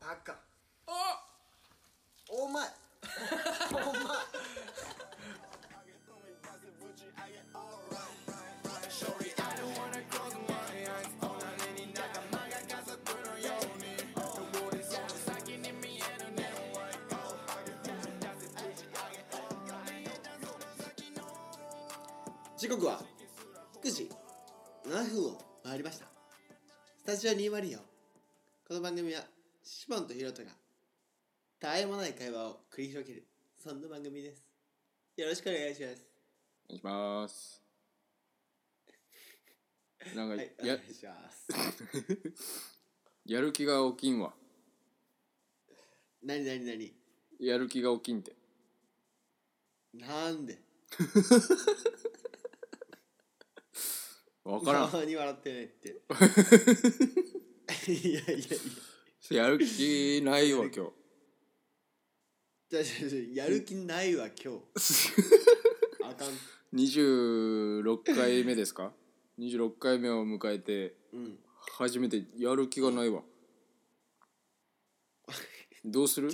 バカあお前お前時刻は9時7分を回りましたスタジオ204この番組はシボンとヒロトがたわいもない会話を繰り広げるそんな番組ですよろしくお願いしますお願いしますなんか、はいおや願いしますやる気が起きんわ何何何やる気が起きんってなんでわ からん何笑ってないって いやいやいややる気ない わ今日じゃあじゃあじゃあやる気ないわ 今日あかん26回目ですか26回目を迎えてうん初めてやる気がないわどうする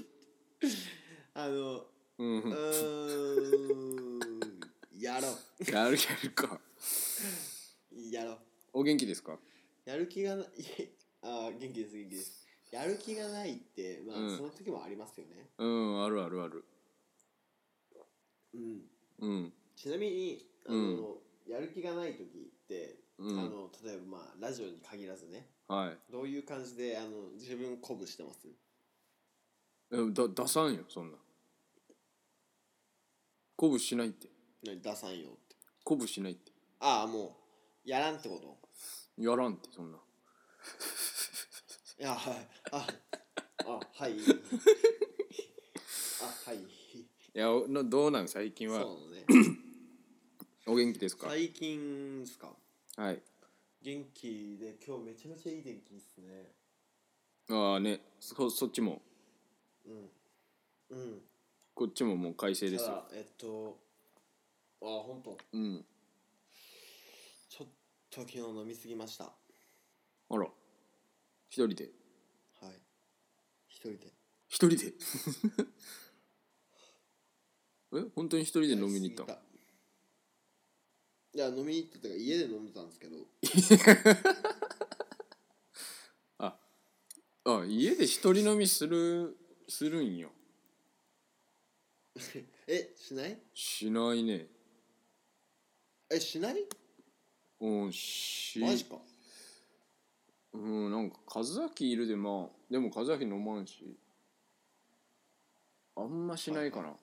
あのうんうーんやろうやるやるかやろうお元気ですかやる気がない あー元気です元気ですやる気がないってまあ、うんその時もありますよねうんあるあるあるうんうんちなみにあの、うやる気がない時って、うんあの例えばまあラジオに限らずねはいどういう感じであの自分鼓舞してますえだ出さんよそんな鼓舞しないって何出さんよって鼓舞しないってああもうやらんってことやらんってそんないやはいああはいあはいいやおなどうなん最近はそうねお元気ですか最近ですかはい元気で今日めちゃめちゃいい天気ですねああねそそっちもうんうんこっちももう快晴ですたよだえっとあ本当うんちょっと昨日飲みすぎましたはあら一人でい一人で一人で え本当に一人で飲みに行ったたいや飲みに行ったというか家で飲んでたんですけど あ家で一人飲みするするんよえしないしないねえしないうんしマジかうんなんか和明いるでまあでも和明飲まんしあんましないかな、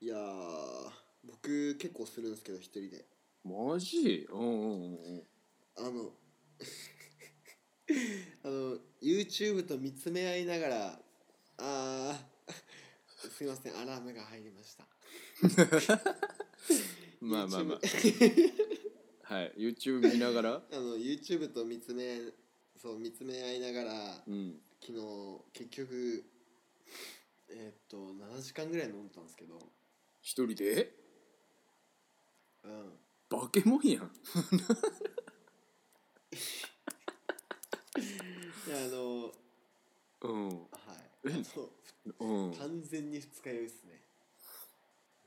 いやー僕結構するんですけど一人でマジうんうんうんあの あの YouTube と見つめ合いながらあーすいませんアラームが入りましたまあまあま YouTube あはい YouTube 見ながらあの YouTube と見つめそう見つめ合いながらうん昨日結局えーっと7時間ぐらい飲んでたんですけど一人でうんバケモンやんいやあのうんはいあうんの完全に二日酔いっすね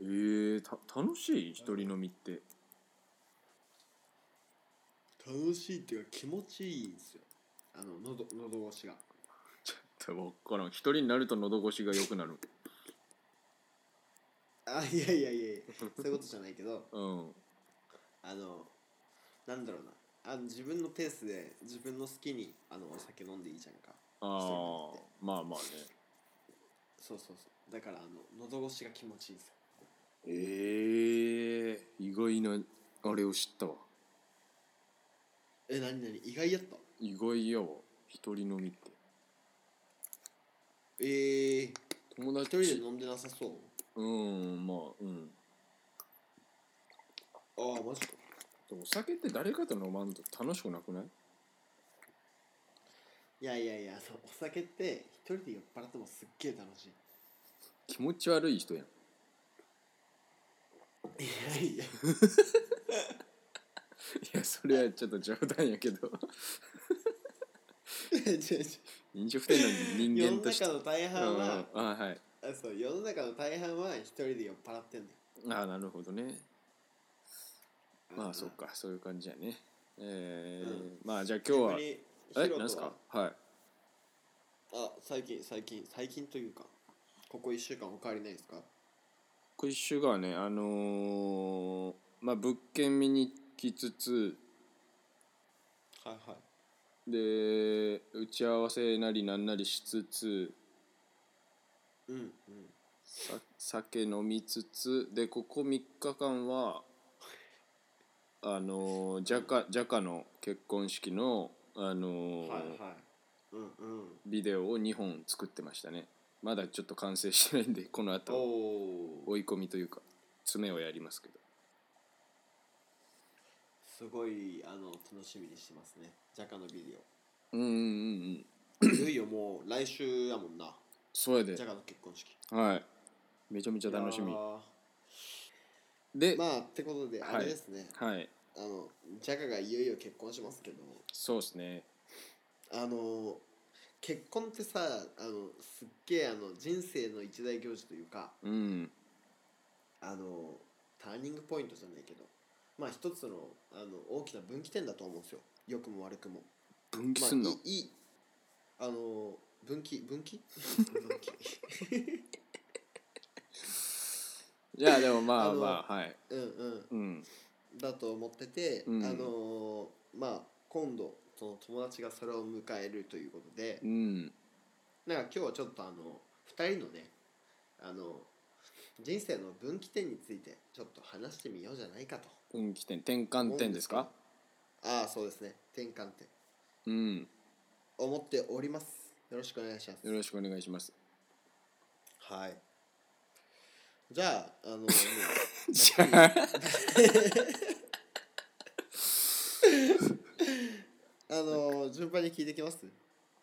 えー、た楽しい一人飲みって楽しいっていうか気持ちいいんですよあの喉喉越しがちょっと分からん一人になると喉越しが良くなるあいやいやいやいやそういうことじゃないけどうんあのなんだろうなあの自分のペースで自分の好きにあのお酒飲んでいいじゃんかああまあまあねそうそうそうだからあの喉越しが気持ちいいんですよええ意外なあれを知ったわえ何何意外やった意外やわ一人飲みってえー、友達一人で飲んでなさそううんまあうんああマジかお酒って誰かと飲まんと楽しくなくないいやいやいやあのお酒って一人で酔っ払ってもすっげえ楽し気持ち悪い人やんいいやい や いやそれはちょっと冗談やけど違う違う飲食店の人世間のとして中の大うん半うんは、あはいあそう世の中の大半は一人で酔っ払ってんだよああなるほどねまあそっかかそういう感じやねえーうんまあじゃあ今日はええなんすかはいあ最近最近最近というかここ1週間お変わりないですかクイッシュがねあのーまあ物件見に来つつはいはいで打ち合わせなりなんなりしつつうんうんさ酒飲みつつでここ3日間はあのージャカジャカの結婚式の、あのーはいはいうんうんビデオを2本作ってましたねまだちょっと完成してないんでこのお後お追い込みというか詰めをやりますけどすごいあの楽しみにしてますねジャカのビデうんうんうんうんオいよいよもう来週やもんなそうやジャでカの結婚式はいめちゃめちゃ楽しみいやーで、まあってことではいあれですね、はいあのジャカがいよいよ結婚しますけどそうですねあの結婚ってさあのすっげえあの人生の一大行事というかうんあのターニングポイントじゃないけどまあ一つのあの大きな分岐点だと思うんですよ良くも悪くも。分岐まあ、すんの、いいいいあの分岐分岐 分岐いやでもまああのまあはいうんうんうんだと思ってて、うんあのまあ今度その友達がそれを迎えるということでう、んなんか今日はちょっとあの2人のねあの人生の分岐点についてちょっと話してみようじゃないかと分岐点転換点ですかああそうですね転換点うん思っておりますよろしくお願いしますよろしくお願いしますはいじゃああのもうじゃあ あの順番に聞いてきます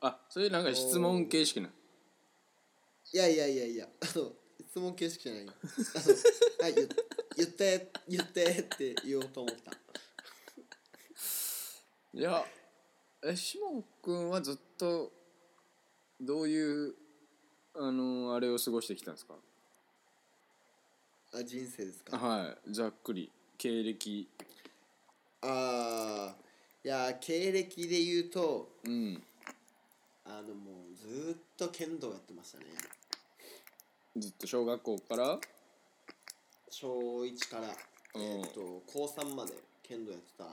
あそれなんか質問形式ないやいやいやいやあの質問形式じゃないあのはい言言って言ってって言おうと思ったいやえしもんくんはずっとどういうあのあれを過ごしてきたんですかあ人生ですかはいざっくり経歴ああいや経歴で言うとうんあのもうずーっと剣道やってましたねずっと小学校から小1から、うんえー、と高3まで剣道やってたか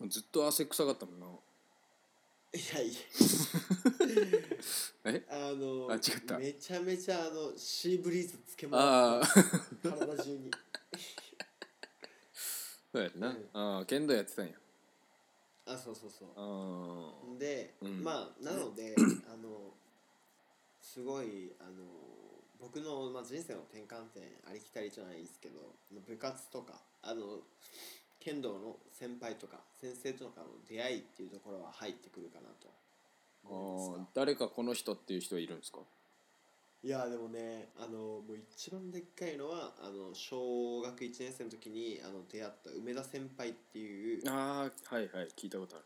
なずっと汗臭かったもんないやいや えあのあ違っためちゃめちゃあのシーブリーズつけあま あす体中にそうやな、うんああ剣道やってたんやあそうそうそうああで、うんまあなの であのすごいあの僕の、まあ、人生の転換点ありきたりじゃないですけど部活とかあの剣道の先輩とか先生とかの出会いっていうところは入ってくるかなとあ思いますーが誰かこの人っていう人はいるんですかいやでもねあのもう一番でっかいのはあの小学1年生の時にあの出会った梅田先輩っていう、ああはいはい聞いたことあ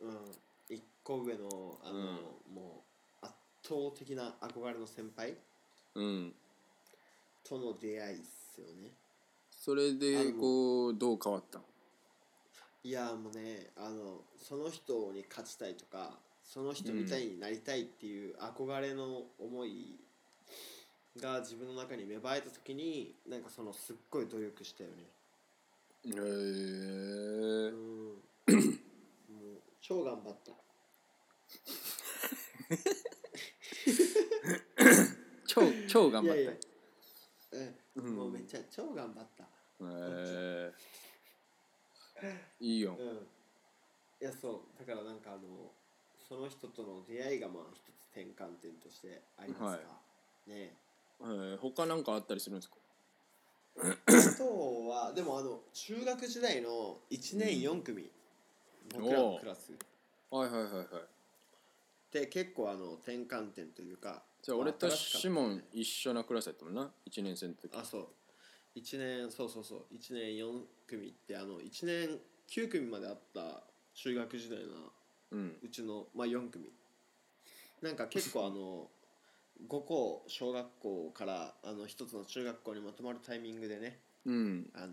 るなうん、一個上のあの、うんもう圧倒的な憧れの先輩うんとの出会いっすよねそれあでのこうどう変わったのいやもうねあのその人に勝ちたいとかその人みたいになりたいっていう憧れの思いが自分の中に芽生えた時になんかそのすっごい努力したよねへえうんもう超頑張った超超頑張ったいやいやうんうんもうめっちゃ超頑張ったえー、いいよう。んいやそうだからなんかあのその人との出会いがまあ一つ転換点としてありますか、ねえー、他なんかあったりするんですか。あとはでもあの中学時代の1年4組、僕らおのうクラスはいはいはいはい。で結構あの転換点というかじゃあ俺とま新しかったシモン一緒なクラスやったもんな。一年生の時。あそう1年そうそうそう1年4組ってあの1年9組まであった中学時代のうんうちの、まあ、4組なんか結構あの5校小学校からあの1つの中学校にまとまるタイミングでねうんあの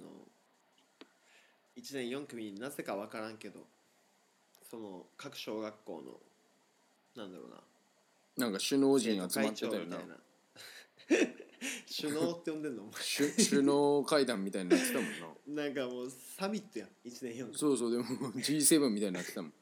1年4組になぜか分からんけどその各小学校のなんだろうななんか首脳陣生徒集まって会た長よみたないな 首脳って呼んでんのお 首首脳会談みたいになってたもんな前なんかもうサミットやん1年4組そうそうで も G7 みたいになってたもん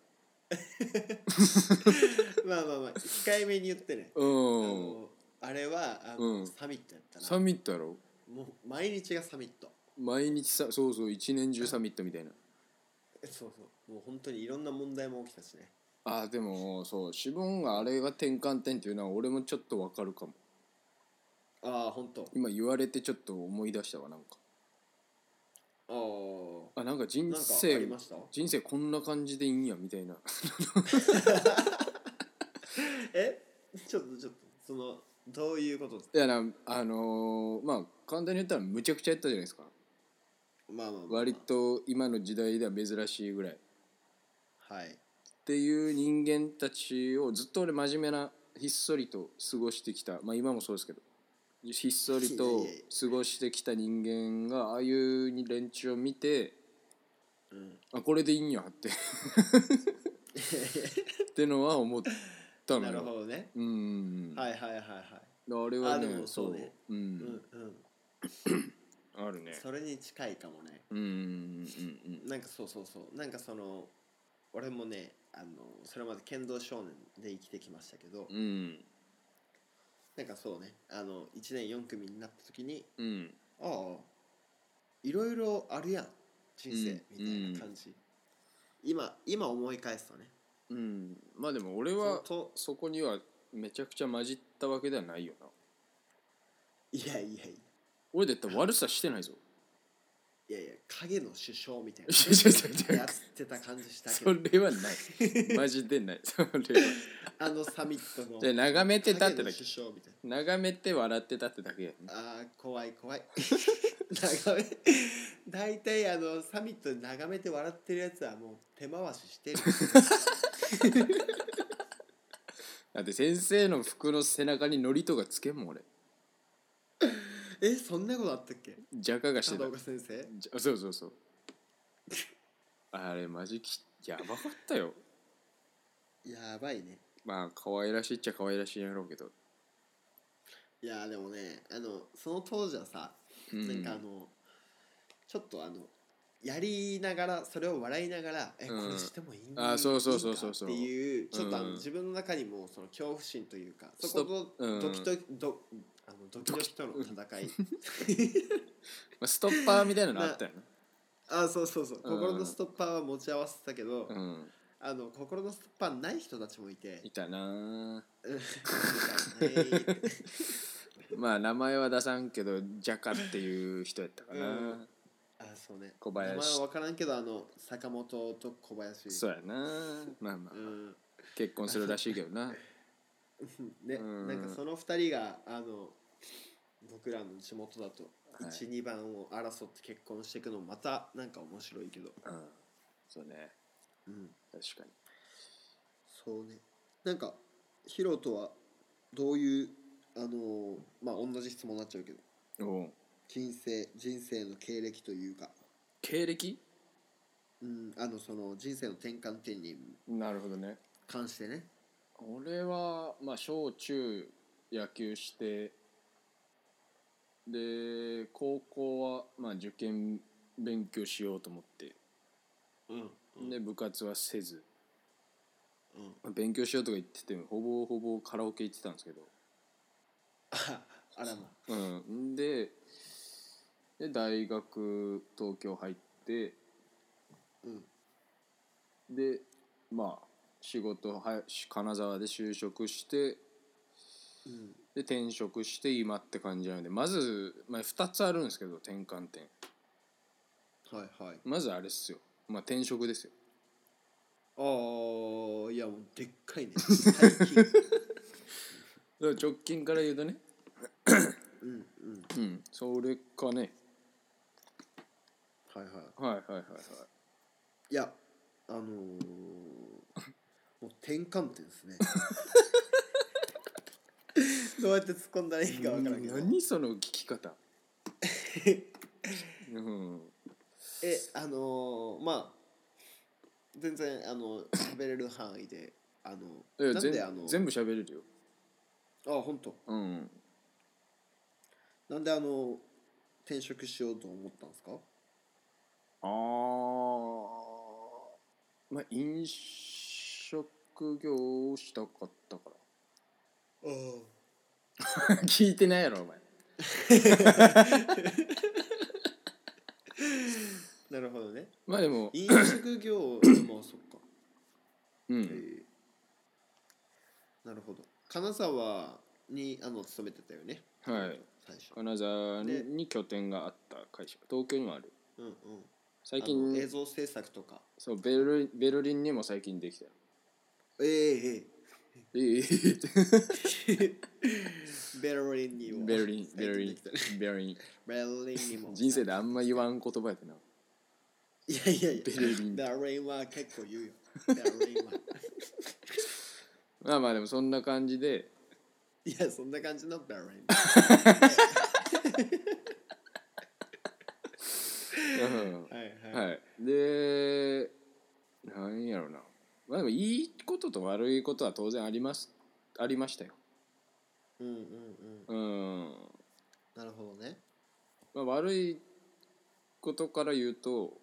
まあまあまあ控えめに言ってねあうんのあれはあの、うんサミットやったサなミットやろもう毎日がサミット毎日さそうそう一年中サミットみたいなえそうそうもう本当にいろんな問題も起きたしねあーでもそうシボンがあれが転換点っていうのは俺もちょっとわかるかもああ本当今言われてちょっと思い出したわなんかああなんかあ人なんかあ生りました人生こんな感じでいいんやみたいな えちょっとちょっとそのどういうことですかいやなあのーまあ簡単に言ったらむちゃくちゃやったじゃないですかまあまあまあ、まあ、割と今の時代では珍しいぐらいはいっていう人間たちをずっと俺真面目なひっそりと過ごしてきたまあ今もそうですけどひっそりと過ごしてきた人間がああいう連中を見てうんあこれでいいんやっ てってのは思ったのなるよ。ほどねうんうんうん、はいはいはいはいあれはねあでもそうねそう、うんうんうんあるねそれに近いかもねうんうんうんうんなんかそうそうそうなんかその俺もねあのそれまで剣道少年で生きてきましたけど、うんなんかそうねあの1年4組になった時にうんああいろいろあるやん人生うんみたいな感じ、今今思い返すとねうんまあでも俺はとそこにはめちゃくちゃ混じったわけではないよないやいやい俺だって悪さしてないぞやいやいや影の首相みたいいやない やいややってた感じしたけそどれ はないマジでないそれはあのサミットのじゃあ眺めてたって影だのけ首相みたい眺めて笑ってたってだけやなあー怖い怖い眺め大体あのサミットで眺めて笑ってるやつはもう手回し してるだって先生の服の背中にのりとかつけんもん俺えそんなことあったっ けジャカがして片た岡先生じゃそう そうそうあれマジきやばかったよやばいねまあ可愛らしいっちゃ可愛らしいんやろうけどいやーでもねあのその当時はさ、うんなんかあのちょっとあのやりながらそれを笑いながら、えこうんれしてもいいんあーそうそうそういいそうんかそうっていうちょっとあの、うん自分の中にもその恐怖心というかスそトこうのんドキドキ、どあのドキドキとの戦い、まあ、ストッパーみたいなのあった よあーそうそうそううん心のストッパーは持ち合わせてたけど、な、うん、あの心のストッパーない人たちもいていたなうんみたいなねあまあ名前は出さんけどジャカっていう人やったかな、うんあーそうね 小林名前は分からんけどあの坂本と小林そうやなまあまあうん結婚するらしいけどなね、うんなんかその2人があの僕らの地元だとはい12、番を争って結婚していくのもまたなんか面白いけど、うんそうねうん、確かにそうねなんかヒロとはどういうあのーまあ同じ質問になっちゃうけどおう人生人生の経歴というか、経歴うん、あのその人生の転換点になるほどね関してね俺はまあ小中野球してで高校はまあ受験勉強しようと思ってうんうんで部活はせずうんまあ勉強しようとか言っててもほぼほぼカラオケ行ってたんですけど、ああらまうん、でで大学東京入ってうんでまあ仕事は金沢で就職してうんで転職して今って感じなのでまず、まあ、2つあるんですけど転換点はいはいまずあれっすよまあ転職ですよああいやもうでっかいね最 近だから直近から言うとねうんうんうんそれかねはいはいはいはいはいはいいやあのー転換点ですね どうやって突っ込んだらいいか分からんけど何その聞き 方うんえあのー、まあ全然あの喋れる範囲であいのやなん全であの全部喋れるよあ本当うんなんであの転職しようと思ったんですかあーまあ飲食業をしたかったかあら 聞いてないやろお前あなるほどねまあでも飲食業でもそっか、うんえーなるほど金沢にあの勤めてたよねはい最初金沢でに拠点があった会社東京にもあるうんうん最あの映近像制作とかそうベルリンベルリンにも最近できたよええ ええええってベルリンにもベルリンベ最近ルリでンきたベルリンベルリンにも人生であんま言わん言葉やでないやいやいやベルリンベルリンは結構言うよベルリンはまあまあでもそんな感 じでいやそんな感じのベルリンうんはいはい、はい、でなんやろうなまあでもいいことと悪いことは当然ありますありましたようんうんうんうん、なるほどねまあ、悪いことから言うと、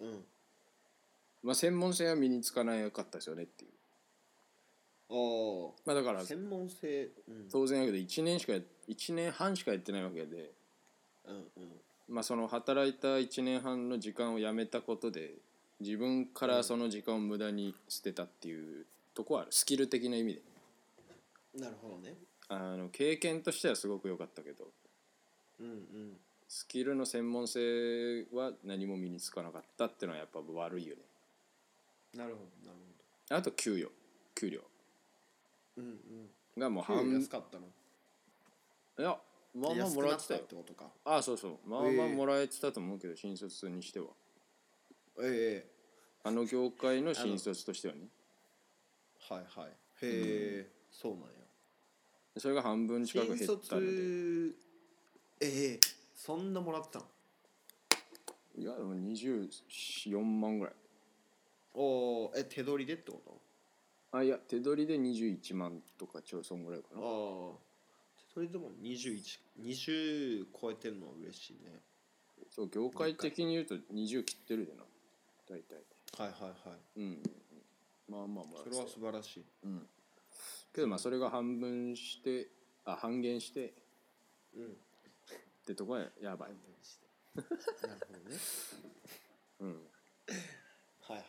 うんまあ、専門性は身につかなかったですよねっていうおまあだからお専門性うん当然やけど1年しかや1年半しかやってないわけでうんうんまあその働いた1年半の時間をやめたことで自分からその時間を無駄に捨てたっていうとこはあるスキル的な意味でなるほどね。あの経験としてはすごく良かったけどうんうん。スキルの専門性は何も身につかなかったっていうのはやっぱ悪いよねなるほど、なるあと給与給料ほど。うんうん。がもう給料半安かったの。いやまあまあ安くもならっってたよってことか。ああそうそうまあまあええもらえてたと思うけど新卒にしてはえあの業界の新卒としてはねえはいはい。へえ、そうなんや。それが半分近く減新ったので卒。ええそんなもらったの。いやでも24万ぐらいおお、え、手取りでってこあいや手取りで21万とかちょいそんぐらいかと。なああ。手取りでも二十一、二十超えてるのは嬉しいね。そう業界的に言うと20切ってるでな大体はいはいはい。うんまあまあもらそってれたは素晴らしい。うん、けどまあそれが半分してあ半減してっうん。てとこはやばい、 なるほどね。うん、はいはい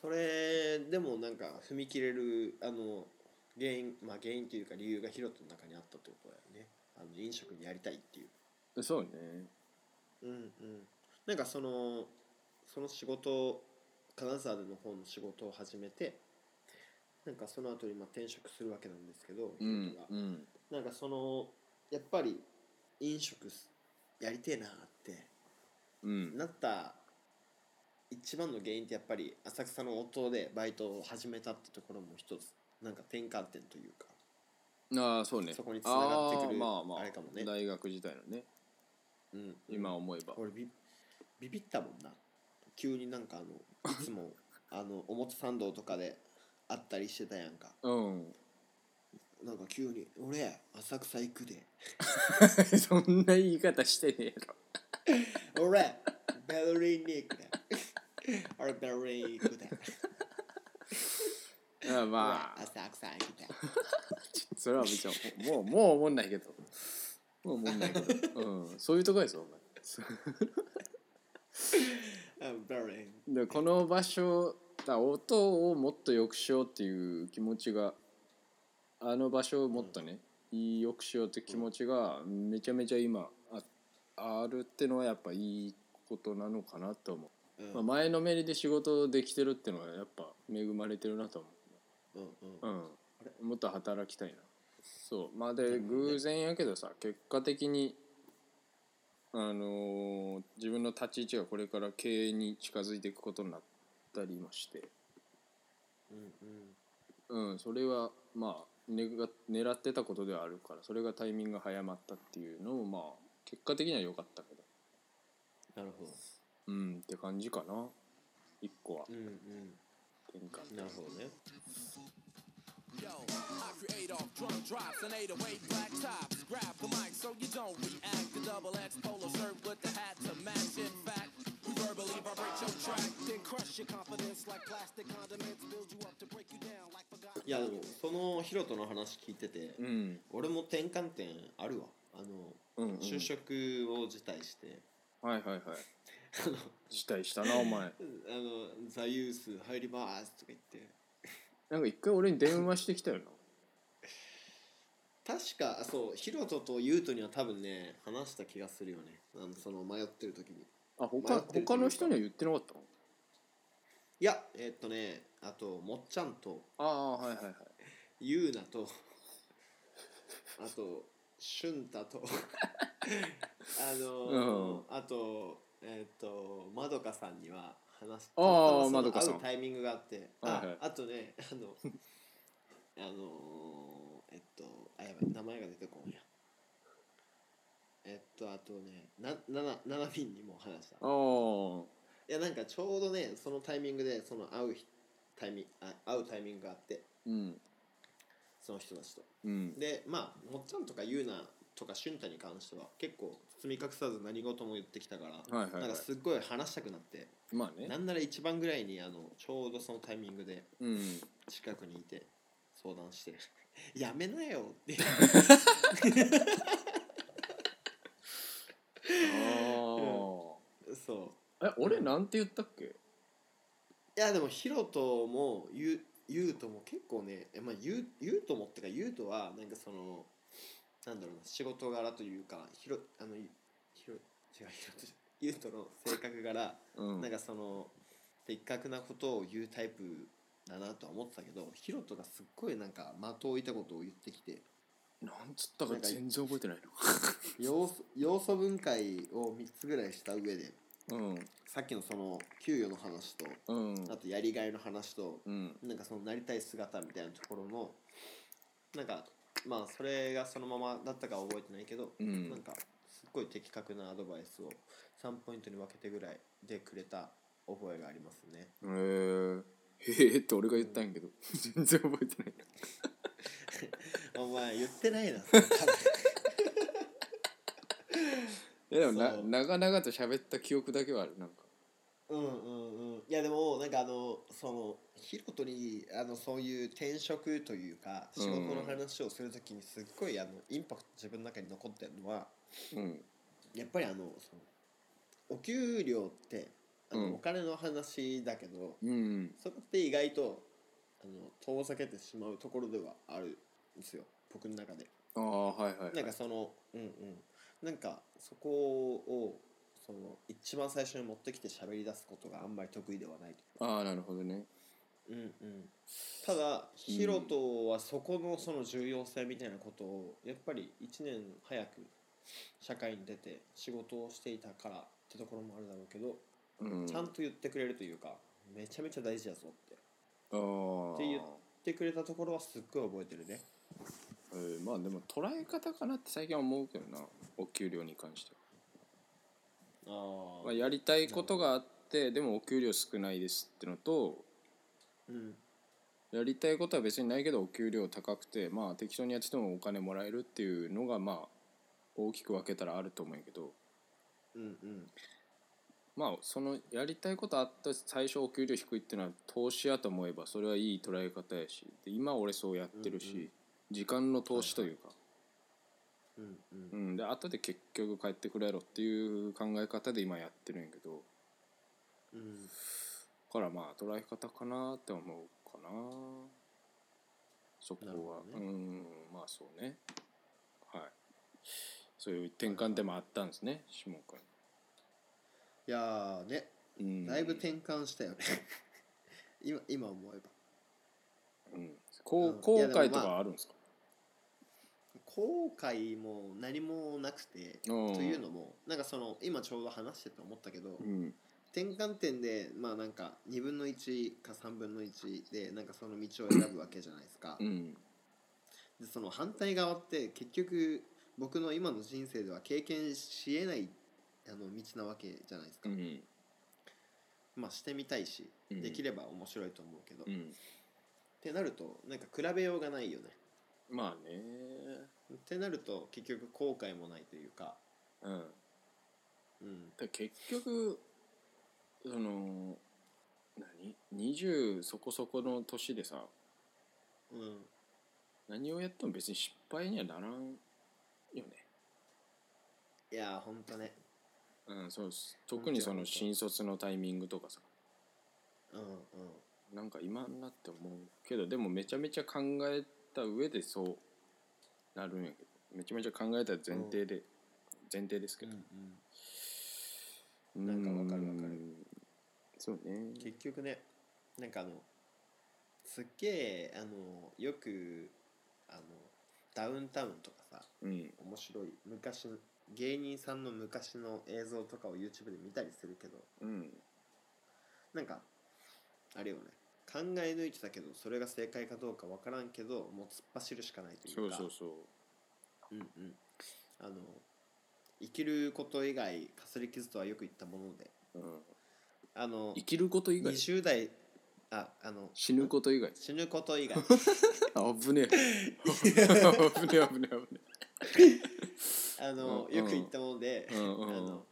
それでもなんか踏み切れるあの原因まあ原因というか理由がヒロトの中にあったってことだよねあの飲食にやりたいっていうそうねうんうんなんかそのその仕事を金沢での方の仕事を始めてなんかその後にまあ転職するわけなんですけど、うヒんロトがうんなんかそのやっぱり飲食すやりてえなってうんなった一番の原因ってやっぱり浅草の夫でバイトを始めたってところも一つなんか転換点というかああそうねそこに繋がってくるあーまあまああれかもね大学時代のねうん今思えば、俺ビビビったもんな急になんかあのいつ もあの表参道とかで会ったりしてたやんかうん、 なんか急に「俺浅草行くでそんな言い方してねえやろ俺ベルリンに行くで 俺ベルリン行くであー俺まあ浅草行くで」それは別にもうもう思んないけどもう思んないけど、うん、そういうとこですよお前うんベルリンでこの場所だ音をもっと良くしようっていう気持ちがあの場所をもっとね、いい良くしようって気持ちがめちゃめちゃ今ああるってのはやっぱいいことなのかなと思うう、んまあ、前のめりで仕事できてるってのはやっぱ恵まれてるなと思うんうんう、うん、もっと働きたいなそうまあで偶然やけどさ結果的にあのー自分の立ち位置がこれから経営に近づいていくことになったりもしてうんうんうんそれはまあねが狙ってたことではあるからそれがタイミングが早まったっていうのもまあ結果的には良かったけどなるほどうんって感じかな一個はうんうん転換なるほどね Yo, I create off drum drops and 808 black tops. Grab the mic so you don't react. The double X polo shirt with the hat to match. In fact, we verbally vibrate your track, then crush your confidence like plastic condiments. Build you up to break you down like forgotten. いやでもそのヒロトの話聞いてて、うん俺も転換点あるわあの、うんうん就職を辞退してはい はいはい辞退したなお前あの「ザ・ユース入ります」とか言ってなんか一回俺に電話してきたよな確かあそうヒロトとユウトには多分ね話した気がするよねあのその迷ってる時にあ他迷ってる他の人には言ってなかったのいやえっとねあともっちゃんとああはいはいはいゆうなとあとしゅんたとあの、あとえっ、とまどかさんには話しあーたまどかさん会うタイミングがあって、はいはいああとねあの あのーえっとあやばい名前が出てこんやえっとあとねなななななみんにも話したああいやなんかちょうどねそのタイミングでその会う日タイミンあ会うタイミングがあってうんその人たちとうんでまあもっちゃんとかゆうなとかしゅんたに関しては結構包み隠さず何事も言ってきたから、はいはいはいなんかすっごい話したくなってまあなねんなら一番ぐらいにあのちょうどそのタイミングでうん近くにいて相談して 「やめなよ」ってあ そうあえ俺なんて言ったっけいやでもヒロトもゆゆうとも結構ねえまあゆうゆうともってかゆうとはなんかそのなんだろうな仕事柄というかひろあのゆひろ違うひろとじゃ ゆうとの性格柄うんなんかその的確なことを言うタイプだなとは思ってたけどヒロトがすっごいなんか的を置いたことを言ってきてなんつったか全然覚えてない要素要素分解を3つぐらいした上でなうんさっきのその給与の話とうんあとやりがいの話とうんなんかそのなりたい姿みたいなところのなんかまあそれがそのままだったかは覚えてないけど、うんなんかすっごい的確なアドバイスを3ポイントに分けてぐらいでくれた覚えがありますね。へえへえって俺が言ったんやけど全然覚えてないお前言ってないな。それ多分いやでもなそう長々と喋った記憶だけはあるなんか うんうんうん。いやでもなんかあのそのヒロトにあのそういう転職というか仕事の話をするときにすっごいあのインパクト自分の中に残ってるのは。うんやっぱりあのそのお給料ってあの、うんお金の話だけどうんそこって意外とあの遠ざけてしまうところではあるんですよ僕の中でああはいはいなんかそのうんうんなんかそこをその一番最初に持ってきて喋り出すことがあんまり得意ではないとああなるほどねうんうんただヒロトはそこのその重要性みたいなことをやっぱり1年早く社会に出て仕事をしていたからってところもあるだろうけど、うんちゃんと言ってくれるというかめちゃめちゃ大事やぞってああって言ってくれたところはすっごい覚えてるねえーまあでも捉え方かなって最近は思うけどなお給料に関してはあまあ、やりたいことがあってでもお給料少ないですってのとうんやりたいことは別にないけどお給料高くてまあ適当にやっててもお金もらえるっていうのがまあ大きく分けたらあると思うんやけどうんうんまあそのやりたいことあった最初お給料低いっていうのは投資やと思えばそれはいい捉え方やしで今俺そうやってるし、うんうん時間の投資というか、うんうんうん、で後で結局帰ってくるやろっていう考え方で今やってるんやけどうんだからまあ捉え方かなって思うかなそこなるほは、どねうんまあそうねはいそういう転換でもあったんですね下君いやーねうんだいぶ転換したよね 今今思えばうん、こううん後いやでもまあ悔とかあるんですか、後悔も何もなくてとうんいうのもなんかその今ちょうど話してて思ったけど、うん転換点でまあなんか2分の1か3分の1でなんかその道を選ぶわけじゃないですか、うんでその反対側って結局僕の今の人生では経験しえないあの道なわけじゃないですうか、んまあしてみたいし、うんできれば面白いと思うけど、うっんてなるとなんか比べようがないよねまあねってなると結局後悔もないというか、うんうん、で結局その何20そこそこの年でさうん、何をやっても別に失敗にはならんよね、いやーほんとねうん、そうです特にその新卒のタイミングとかさうんうんなんか今になって思うけどでもめちゃめちゃ考えた上でそうなるんやけどめちゃめちゃ考えた前提で、前提ですけど、なんかわかるわかるうんそうね結局ねなんかあのすっげえあのよくあのダウンタウンとかさうん面白い昔の芸人さんの昔の映像とかを YouTube で見たりするけどうんなんかあれよね考え抜いてたけどそれが正解かどうかわからんけどもう突っ走るしかないといそううかそうそううんうんあの生きること以外かすり傷とはよく言ったものでうんあの生きること以外20代ああの死ぬこ と以外死ぬこと 以外あぶねえ 危ねえ危ねえ危ねあの、うんよく言ったもので、うんうんあの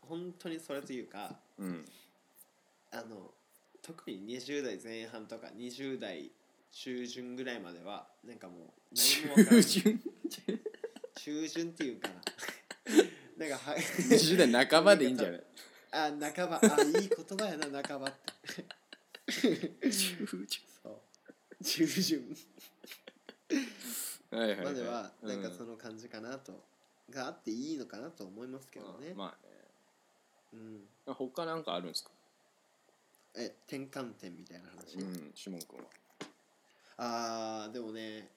本当にそれというかえうんあの特に20代前半とか20代中旬ぐらいまではなんかもう何も分から中ない旬中旬っていうか ななんかは20代半ばでいいんじゃないあ半ばあいい言葉や な半ばって中そう中旬旬はいはいいまではうなんかその感じかなと、があっていいのかなと思いますけどね、うんまあねうん、他なんかあるんですかえ転換点みたいな話、うんシモン君はあーでもね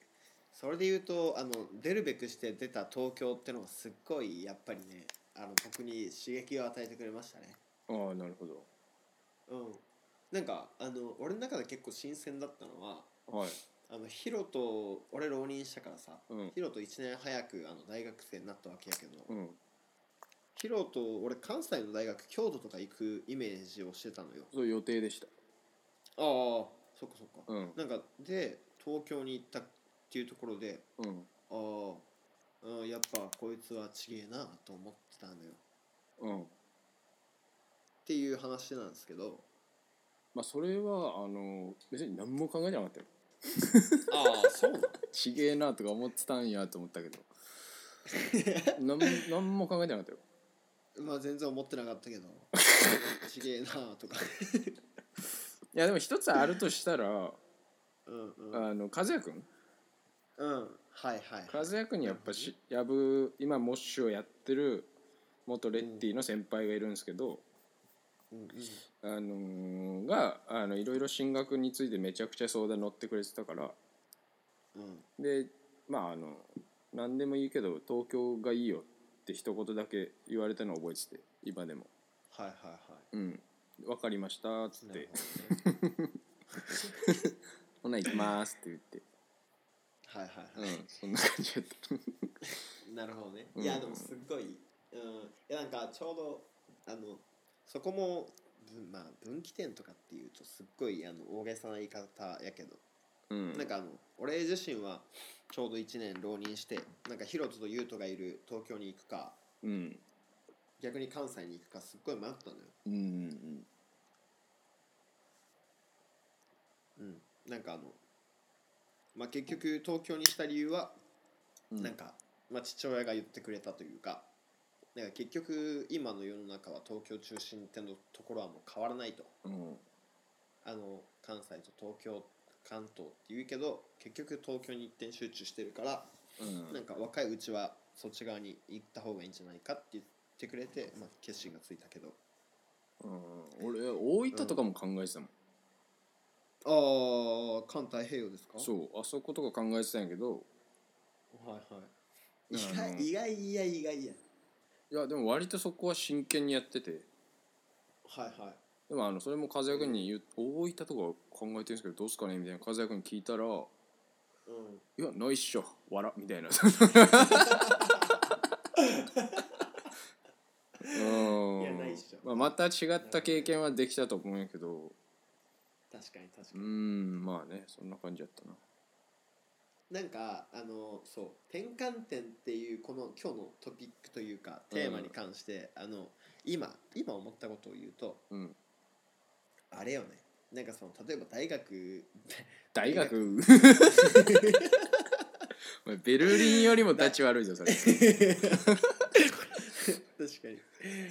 それで言うとあの出るべくして出た東京ってのがすっごいやっぱりねあの僕に刺激を与えてくれましたねああなるほどうんなんかあの俺の中で結構新鮮だったのははいあのヒロと俺浪人したからさ、うんヒロと1年早くあの大学生になったわけやけど、うんヒロと俺関西の大学京都とか行くイメージをしてたのよそう予定でしたああそっかそっか、うんなんかで東京に行ったっていうところでうんああうんやっぱこいつはちげえなと思ってたのよっうんていう話なんですけどまあそれはあの別に何も考えてなかったよああそうなのちげえなとか思ってたんやと思ったけど何も何も考えてなかったよ まあ全然思ってなかったけどちげえな とかいやでも一つあるとしたらうんうんうんあの和也君はいはい和也君にやっぱしやぶ今モッシュをやってる元レッティの先輩がいるんですけど、うんうんあのーがあのいろいろ進学についてめちゃくちゃ相談乗ってくれてたからうんでまああの何でもいいけど東京がいいよって一言だけ言われたのを覚えてて今でもはいはいは「うん分かりました」っつっいなるてほ「ほな行きます」って言って、どねはいはいはうい、ん、そんな感じ だったなるほどね。うんいやでもすっごい、うん、いやなんかちょうどあのそこもぶまあ分岐点とかっていうとすっごいあの大げさな言い方やけど、うんなんかあの俺自身はちょうど1年浪人してなんかヒロトとユウトがいる東京に行くかうん逆に関西に行くかすっごい迷ったのよ。うんうんうん、なんかあのまあ結局東京にした理由はうんなんか、まあ、父親が言ってくれたというかなんか結局今の世の中は東京中心ってのところはもう変わらないとうんあの関西と東京関東って言うけど結局東京に一点集中してるから、うんなんか若いうちはそっち側に行った方がいいんじゃないかって言ってくれて、まあ、決心がついたけどうん俺大分とかも考えてたもん、ああ関太平洋ですかそうあそことか考えてたんやけどはいはいうん意外意外いや意外やいやでも割とそこは真剣にやっててはいはいでもあのそれも和也君に言う大分とか考えてるんですけどどうすかねみたいな和也君に聞いたら「いうんやないっしょ笑」み たいなうんいやないっしょまあ、また違った経験はできたと思うんやけど確かに確かうに、んまあねそんな感じやったななんかあのそう転換点っていうこの今日のトピックというかテーマに関して、あの今今思ったことを言うとうんあれよねなんかその例えば大学 大学お前ベルリンよりも立ち悪いぞそれ確かに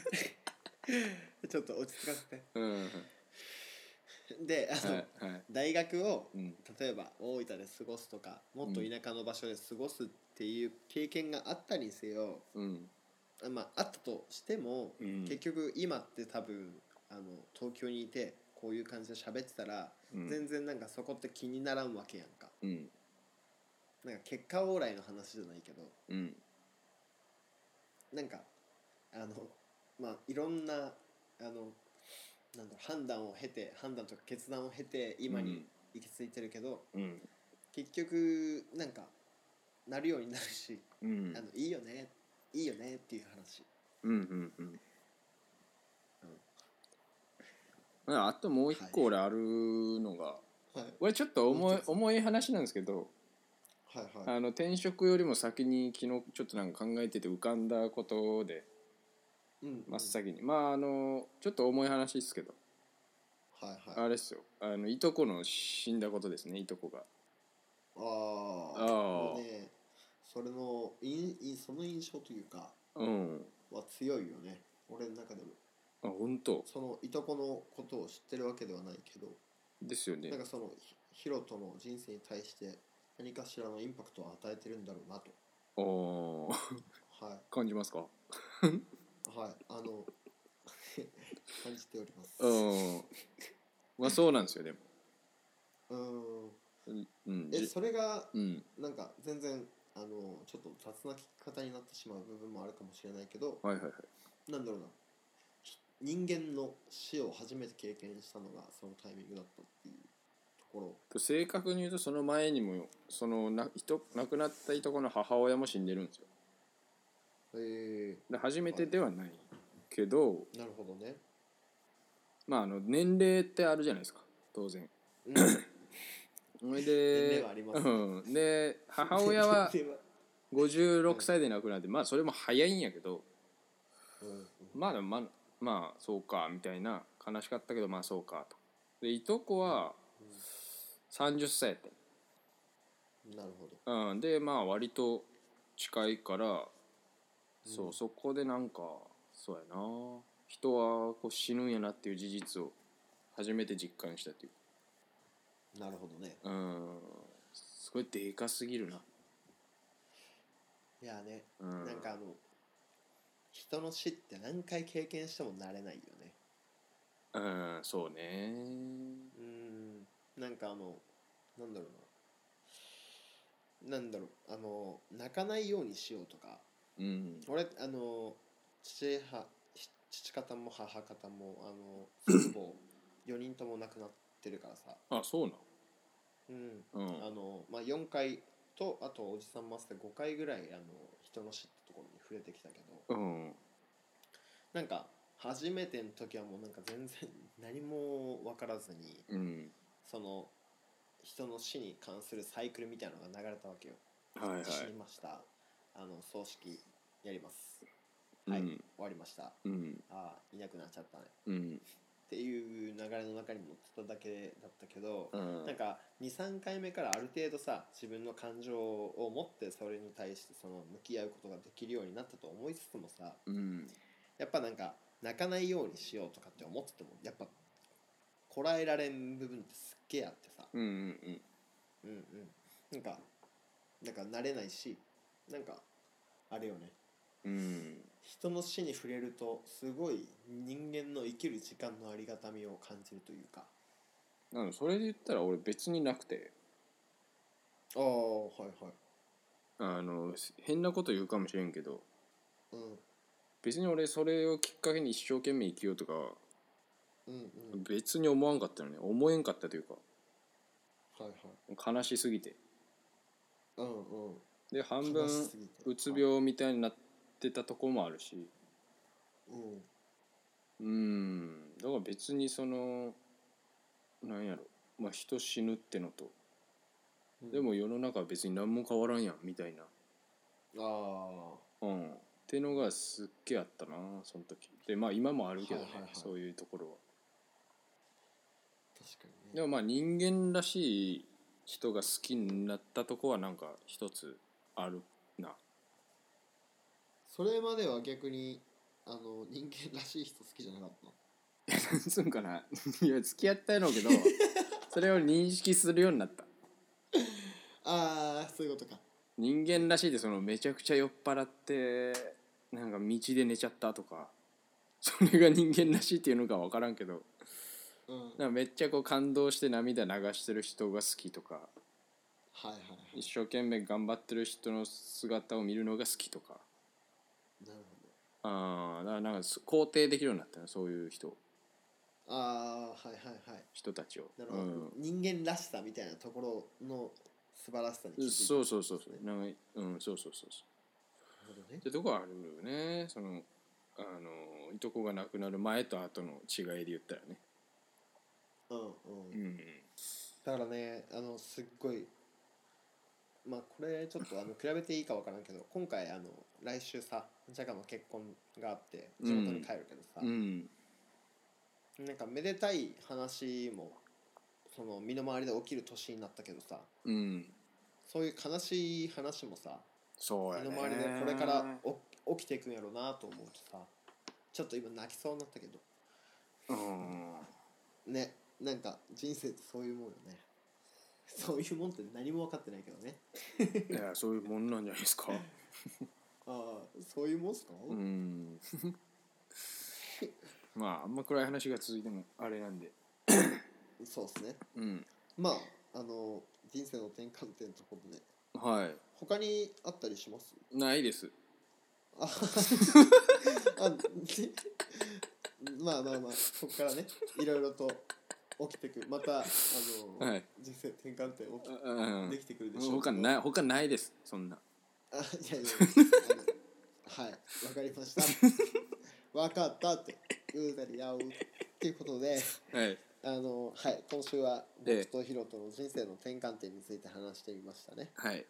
ちょっと落ち着かせてうんであの、はいはい大学をうん例えば大分で過ごすとかもっと田舎の場所で過ごすっていう経験があったにせよ、うんあまああったとしても、うん結局今って多分あの東京にいてこういう感じで喋ってたら、うん全然なんかそこって気にならんわけやんかうんなんか結果往来の話じゃないけどうんなんかあのまあいろんなあのなんだろう判断を経て判断とか決断を経て今に行き着いてるけど、うん結局なんかなるようになるし、うんあのいいよねいいよねっていう話うんうんうんああともう一個俺あるのが、はい俺ちょっと重い重い話なんですけど、はいはいあの転職よりも先に昨日ちょっとなんか考えてて浮かんだことでうん真っ先に、まああのちょっと重い話ですけどはいあはいれですよあのいとこの死んだことですねいとこがあああーもうねそれのいいその印象というかうんは強いよね俺の中でもあ本当そのいとこのことを知ってるわけではないけどですよねなんかそのひヒロトの人生に対して何かしらのインパクトを与えてるんだろうなとおーはい感じますかはいあの 感じておりますうんまあそうなんですよでもうんうんえじそれがうんなんか全然あのちょっと雑な聞き方になってしまう部分もあるかもしれないけどはいはいはいなんだろうなひ人間の死を初めて経験したのがそのタイミングだったっていうところ正確に言うとその前にもそのないと亡くなったいとこの母親も死んでるんですよへで初めてではないけどえなるほど ねまああの年齢ってあるじゃないですか当然うんそれ年で齢はありますうん、で母 親は年齢56歳で亡くなってまあそれも早いんやけどうんまあでもまあまあそうかみたいな悲しかったけどまあそうかとでいとこは30歳やってなるほどうん、でまあ割と近いから、そうそこでなんかそうやな人はこう死ぬんやなっていう事実を初めて実感したというなるほどねかうんすごいでかすぎるないやね、うんなんかあの人の死って何回経験しても慣れないよねうんそうねうんなんかあのなんだろうななんだろうあの泣かないようにしようとかうん俺あの父は父方も母方もあの祖母4人とも亡くなってるからさ、あそううんなうんあのまあ、4回とあとおじさんも合わせて5回ぐらいあの人の死ってところに触れてきたけどうんなんか初めての時はもうなんか全然何も分からずにうんその人の死に関するサイクルみたいなのが流れたわけよ。はいはい死にましたあの葬式やりますはい、うん終わりましたうんああいなくなっちゃったねうんっていう流れの中に乗ってただけだったけど、うんなんか23回目からある程度さ自分の感情を持ってそれに対してその向き合うことができるようになったと思いつつもさうんやっぱなんか泣かないようにしようとかって思っててもやっぱこらえられん部分ってすっげえあってさ、うんうんうんうん、なんかなんか慣れないしなんかあれよねうん人の死に触れるとすごい人間の生きる時間のありがたみを感じるというかなのでそれで言ったら俺別になくてああはいはいあの変なこと言うかもしれんけどうん別に俺それをきっかけに一生懸命生きようとかうんうん別に思わんかったよね思えんかったというかはいはい悲しすぎてうんうんで半分悲しすぎてうつ病みたいになってたとこもあるしうんうんだから別にそのなんやろまあ人死ぬってのと、うんでも世の中は別に何も変わらんやんみたいなああうんってのがすっげえあったなその時でまあ今もあるけどね、はいはいはいそういうところは確かにねでもまあ人間らしい人が好きになったとこはなんか一つあるな それまでは逆にあの人間らしい人好きじゃなかったのなんつうんかないや付き合ったやろうけどそれを認識するようになったああそういうことか人間らしいでそのめちゃくちゃ酔っ払ってなんか道で寝ちゃったとかそれが人間らしいっていうのか分からんけどうんはいなんかめっちゃこう感動して涙流してる人が好きとかはいは一生懸命頑張ってる人の姿を見るのが好きとかいなるほどあーだからなんかそ肯定できるようになったねそういう人ああはいはいはい人たちを、なるほど、人間らしさみたいなところの素晴らしさに気うづん、いたそうそうそうそうなんかうんそうそうそうそうなるほどねってとこはあるよねそのあのいとこが亡くなる前と後の違いで言ったらねうんうんうんだからねあのすっごいまあこれちょっとあの比べていいかわからんけど今回あの来週さジャガの結婚があって地元に帰るけどさ、うんなんかめでたい話もその身の回りで起きる年になったけどさうんそういう悲しい話もさそうや身ねの回りでこれからお起きていくんやろうなと思うとさちょっと今泣きそうになったけどうんねなんか人生ってそういうもんよねそういうもんって何も分かってないけどねいやそういうもんなんじゃないで すかああそういうもんっすか、うんまああんま暗い話が続いてもあれなんでそうですねうんまああの人生の転換点とことでは他にあったりしますいないですああ ねまあまあまあそこからねいろいろと起きてくるまたあの、はい人生転換点起きうんできてくるでしょう他ない他ないですそんなあいやいやあのはいわかりましたわかったってうーだりやうっていうことではいあのはい今週はええ僕とヒロとの人生の転換点について話してみましたねはい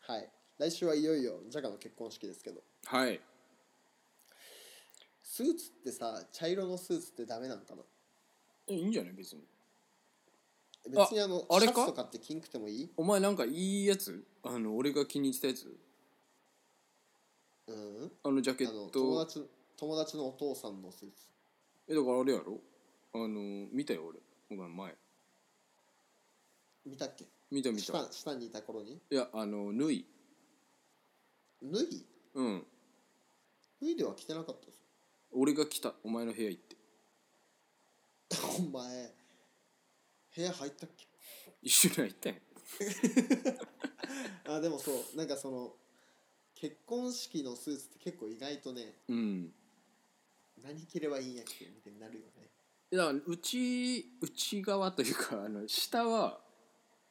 はい来週はいよいよジャガの結婚式ですけどはいスーツってさ茶色のスーツってダメなんかなえいいんじゃない別に別にあのあれシかャツとかって金くてもいいお前なんかいいやつあの俺が気に入ってたやつうんあのジャケあのッ友ト達友達のお父さんのスーツえだからあれやろあの見たよ俺お前前見たっけ見た見た下下にいた頃にいやあの縫い脱いうん脱いでは着てなかったぞ俺が来たお前の部屋行ってお前部屋入ったっけ一緒に入ったんやあでもそうなんかその結婚式のスーツって結構意外とねうん何着ればいいんやっけみたいになるよねだからうち内側というかあの下は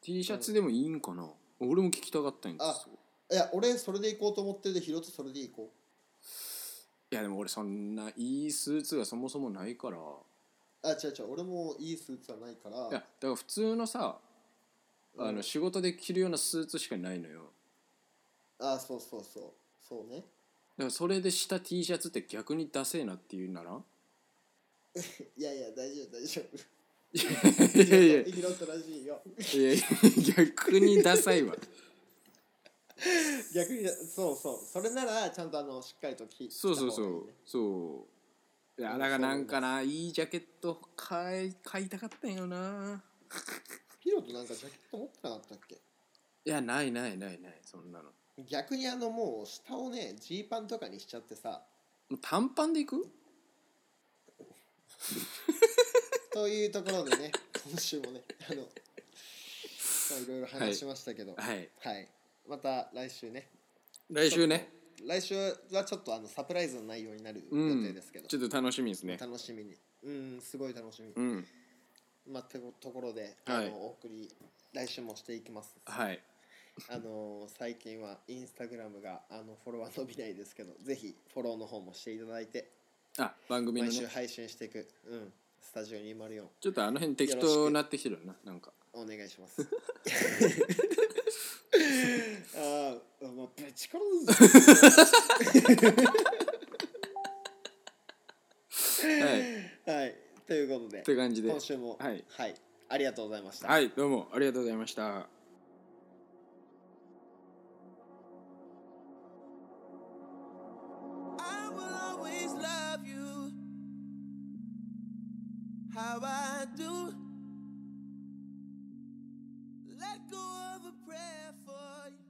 T シャツでもいいんかな、俺も聞きたかったんですよいや俺それで行こうと思ってるでヒロとそれで行こいやでも俺そんないいスーツがそもそもないからうあ違う違う俺もいいスーツはないからいやだから普通のさあうのん仕事で着るようなスーツしかないのよあそうそうそうそうねだからそれで下 T シャツって逆にダセえなっていうならんいやいや大丈夫大丈夫いやいやヒロトらしいよいやいや逆にダサいわ逆にそうそうそれならちゃんとあのしっかりと着そうそう着たそ方がいういねそういやだからなんかないいジャケット買い買いたかったんよなヒロトなんかジャケット持ってなかったっけいやないないないないそんなのも逆にあのもう下をねジーパンとかにしちゃってさう短パンでいくというところでね 今週もねあのまあいろいろ話しましたけどはい、はいまた来週ね来週ね来週はちょっとあのサプライズの内容になるう予定んですけど、ちょっと楽しみですね楽しみにうんすごい楽しみ、うんまあ、てこところで、はいあのお送り来週もしていきますはいあの最近はインスタグラムがあのフォロワー伸びないですけどぜひフォローの方もしていただいてあ番組の毎ね週配信していく、うん、スタジオ204ちょっとあの辺適当なってきてるよななんかお願いしますああもうぶち殺 すぞはいはいということでという感じで今週もはいはい、ありがとうございましたはいどうもありがとうございました I will always love you how I do. Let go of a prayer for you.